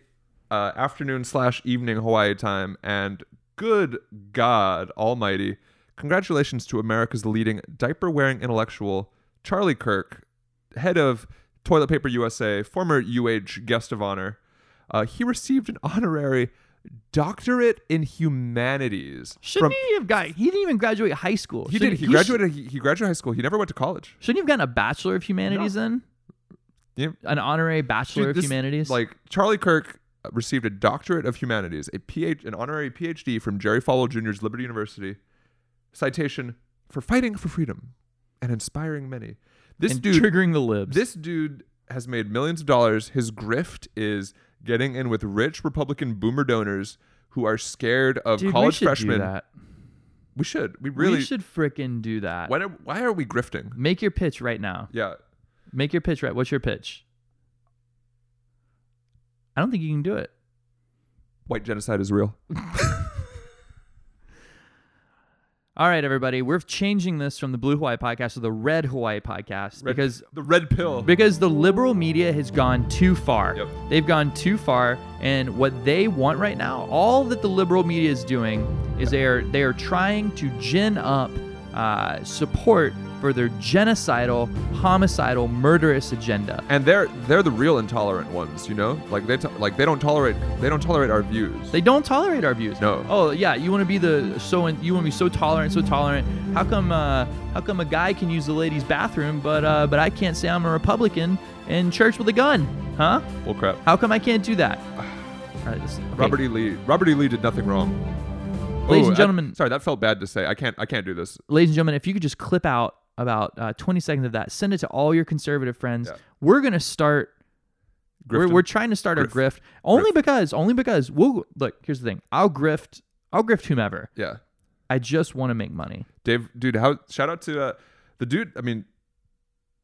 uh, afternoon slash evening Hawaii time. And good God Almighty, congratulations to America's leading diaper wearing intellectual, Charlie Kirk, head of Toilet Paper USA, former UH guest of honor. Uh, he received an honorary doctorate in humanities.
Shouldn't he have got? He didn't even graduate high school.
He did.
Shouldn't-
He
sh-
graduated. He, he graduated high school. He never went to college.
shouldn't he have gotten a bachelor of humanities then?
Yeah.
An honorary bachelor
Dude,
of
this-
humanities.
Like Charlie Kirk received a doctorate of humanities, a PhD, an honorary PhD from Jerry Falwell Jr.'s Liberty University, citation for fighting for freedom and inspiring many. This
and
dude,
triggering the libs.
this dude has made millions of dollars. His grift is getting in with rich Republican boomer donors who are scared of
Dude, we
college
should do
freshmen.
that.
We should. We really
We should frickin' do that.
Why are, why are we grifting?
Make your pitch right now.
Yeah.
Make your pitch right. What's your pitch? I don't think you can do it.
White genocide is real.
All right, everybody, we're changing this from the Blue Hawaii podcast to the Red Hawaii podcast
Red-
because
the red pill.
because the liberal media has gone too far.
Yep.
They've gone too far, and what they want right now, all that the liberal media is doing, is they are they are trying to gin up uh, support for their genocidal, homicidal, murderous agenda.
and they're they're the real intolerant ones, you know. Like they to- like they don't tolerate they don't tolerate our views.
They don't tolerate our views.
No.
Oh yeah, you want to be the so and you want to be so tolerant, so tolerant. How come uh, how come a guy can use the ladies' bathroom, but uh, but I can't say I'm a Republican in church with a gun, huh?
well, crap.
How come I can't do that? All right, this- okay.
Robert E. Lee Robert E. Lee did nothing wrong. Ooh,
Ladies and
Oh, I-
gentlemen-
sorry, that felt bad to say. I can't I can't do this.
ladies and gentlemen, if you could just clip out about uh, 20 seconds of that, send it to all your conservative friends.
Yeah.
We're gonna start. We're,
Grifting.
we're trying to start a
Grift.
grift only because only because we'll look. Here's the thing. I'll grift. I'll grift whomever.
Yeah,
I just want to make money.
Dave, dude. How shout out to uh, the dude. I mean,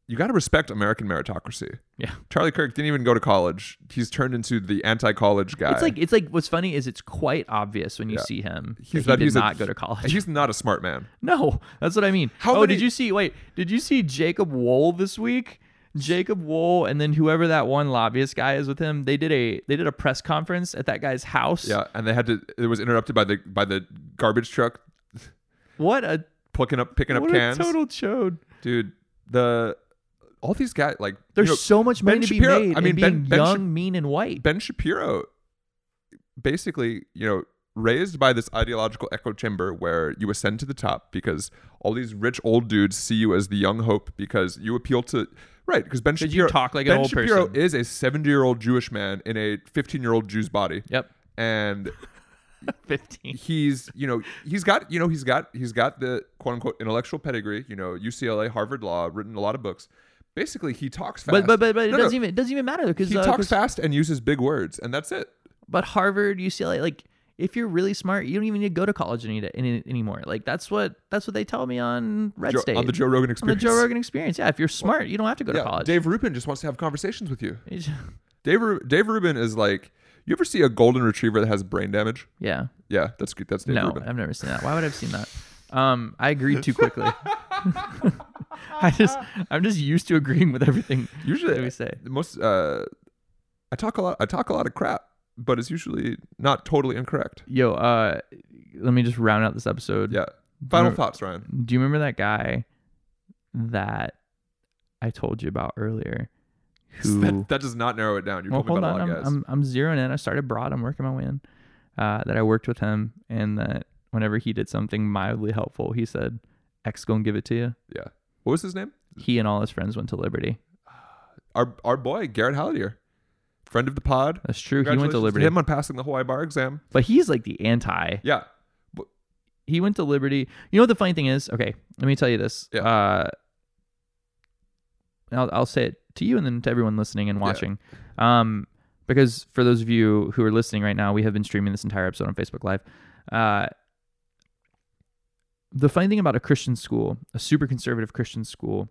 you got to respect American meritocracy.
Yeah.
Charlie Kirk didn't even go to college. He's turned into the anti-college guy.
It's like it's like what's funny is it's quite obvious when you
Yeah.
see him. that
He's
he
not-
did
he's a-
not go to college.
he's not a smart man.
no, that's what I mean.
How
oh,
many-
did you see? Wait, did you see Jacob Wool this week? Jacob Wool and then whoever that one lobbyist guy is with him, they did a they did a press conference at that guy's house.
Yeah, and they had to. It was interrupted by the by the garbage truck
What a
picking up picking up
what
cans.
a total chode.
dude the all these guys like you
There's
know,
so much
Ben
money to
Shapiro-
be made.
I mean,
in
Ben-
being
Ben Shap-
young, mean, and white.
ben shapiro basically you know raised by this ideological echo chamber where you ascend to the top because all these rich old dudes see you as the young hope because you appeal to right because ben
Because
shapiro
you talk like an
ben
old
shapiro
person.
is a 70 year old jewish man in a 15 year old jew's body
Yep,
and
fifteen.
he's you know he's got you know he's got he's got the quote unquote intellectual pedigree you know ucla harvard law written a lot of books basically he talks fast
But but but but it
No, no.
doesn't even it doesn't even matter because
he talks fast and uses big words, and that's it.
but Harvard, UCLA, like if you're really smart, you don't even need to go to college any, any, anymore. Like that's what that's what they tell me on Red
Jo-
State
on the Joe Rogan
On the
Experience.
Joe Rogan Experience. Yeah, if you're smart, you don't have to go to
yeah,
college.
Dave Rubin just wants to have conversations with you.
It's-
Dave Ru- Dave Rubin is like, you ever see a golden retriever that has brain damage?
yeah,
Yeah, that's good. That's Dave
no,
Rubin.
I've never seen that. Why would I've seen that? Um, I agreed too quickly. I just I'm just used to agreeing with everything.
usually,
that we say.
the most uh, I talk a lot. I talk a lot of crap, but it's usually not totally incorrect.
Yo, uh, let me just round out this episode.
Yeah. Final
Remember-
thoughts, Ryan.
Do you remember that guy that I told you about earlier? Who
That, that does not narrow it down. You're
Mm. well,
talking
hold
about a
on.
lot
I'm,
of guys.
I'm, I'm zeroing in. I started broad. I'm working my way in. Uh, that I worked with him, and that whenever he did something mildly helpful, he said, "X gonna give it to you."
yeah. What was his name?
He and all his friends went to Liberty.
Our our boy Garrett Hallidier, friend of the pod.
That's true. He went
Congratulations
to
to
Liberty,
him on passing the Hawaii bar exam.
but he's like the anti.
Yeah.
He went to Liberty. You know what the funny thing is? Okay, let me tell you this.
Yeah.
Uh, I'll, I'll say it to you and then to everyone listening and watching. Um, because for those of you who are listening right now, we have been streaming this entire episode on Facebook Live. Uh, the funny thing about a Christian school, a super conservative Christian school,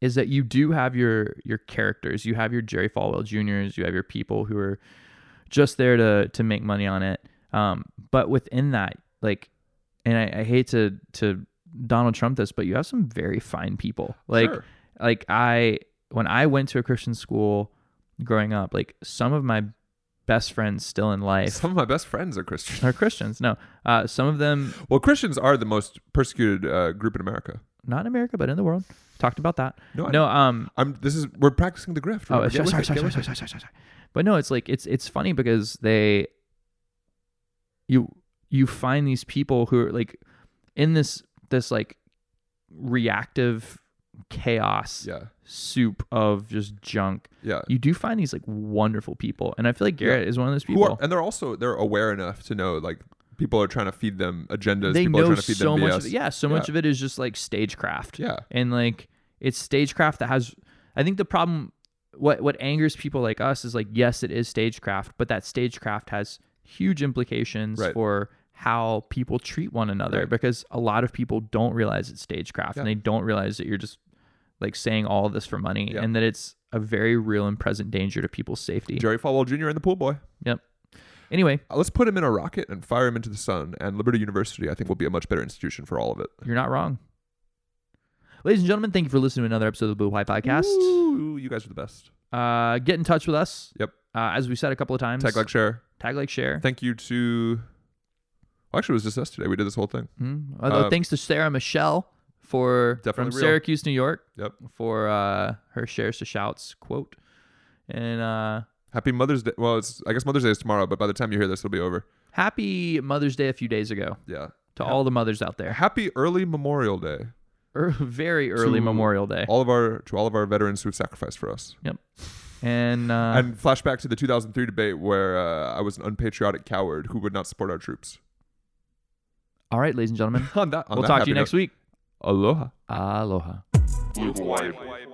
is that you do have your your characters. You have your Jerry Falwell Juniors. You have your people who are just there to to make money on it. Um, but within that, like, and I, I hate to to Donald Trump this, but you have some very fine people. Like,
Sure.
like I when I went to a Christian school growing up, like some of my best friends still in life
Some of my best friends are Christian.
are Christians. No, uh, some of them
Well, Christians are the most persecuted uh, group in America.
not in America but in the world. Talked about that.
No, I-
no. Um.
I'm. This is we're practicing the grift.
Oh,
remember?
sorry,
Get with
sorry,
it,
sorry,
get
sorry,
with
sorry,
it.
sorry, sorry, sorry. But no, it's like it's it's funny because they you you find these people who are like in this this like reactive chaos
Yeah, Uh,
soup of just junk.
yeah.
You do find these like wonderful people, and I feel like Garrett is one of those
Who
people.
are, and they're also they're aware enough to know like people are trying to feed them agendas.
they
people are
know
trying to feed
so
them
much.
BS.
Of it. Yeah, so much of it is just like stagecraft.
Yeah.
and like it's stagecraft that has. I think the problem, what what angers people like us is like, yes, it is stagecraft, but that stagecraft has huge implications
Right.
for how people treat one another
Right.
because a lot of people don't realize it's stagecraft and
Yeah.
they don't realize that you're just like saying all this for money
Yeah.
and that it's a very real and present danger to people's safety.
Jerry Falwell Jr. and the pool boy.
Yep. Anyway,
Uh, Let's put him in a rocket and fire him into the sun. And Liberty University, I think, will be a much better institution for all of it.
You're not wrong. Ladies and gentlemen, thank you for listening to another episode of the Blue Pie Podcast.
Ooh, you guys are the best.
Uh, get in touch with us.
Yep.
Uh, as we said a couple of times,
Tag like share.
tag like share.
Thank you to. Well, actually, it was just us today. We did this whole thing.
Mm. Although
uh,
thanks to Sarah Michelle for
Definitely
from
real.
Syracuse, New York,
Yep.
for uh, her shares to shouts quote, and uh,
Happy Mother's Day. Well, it's I guess Mother's Day is tomorrow, but by the time you hear this, it'll be over.
happy Mother's Day a few days ago
Yeah.
to all the mothers out there.
Happy early Memorial Day.
Er, very early
to
Memorial Day.
All of our to all of our veterans who've sacrificed for us.
yep. And uh,
and flashback to the 2003 debate where uh, I was an unpatriotic coward who would not support our troops.
all right, ladies and gentlemen,
On that, on
we'll
that
talk to you
happy
next
note,
week.
Aloha.
Aloha.
Blue Hawaii.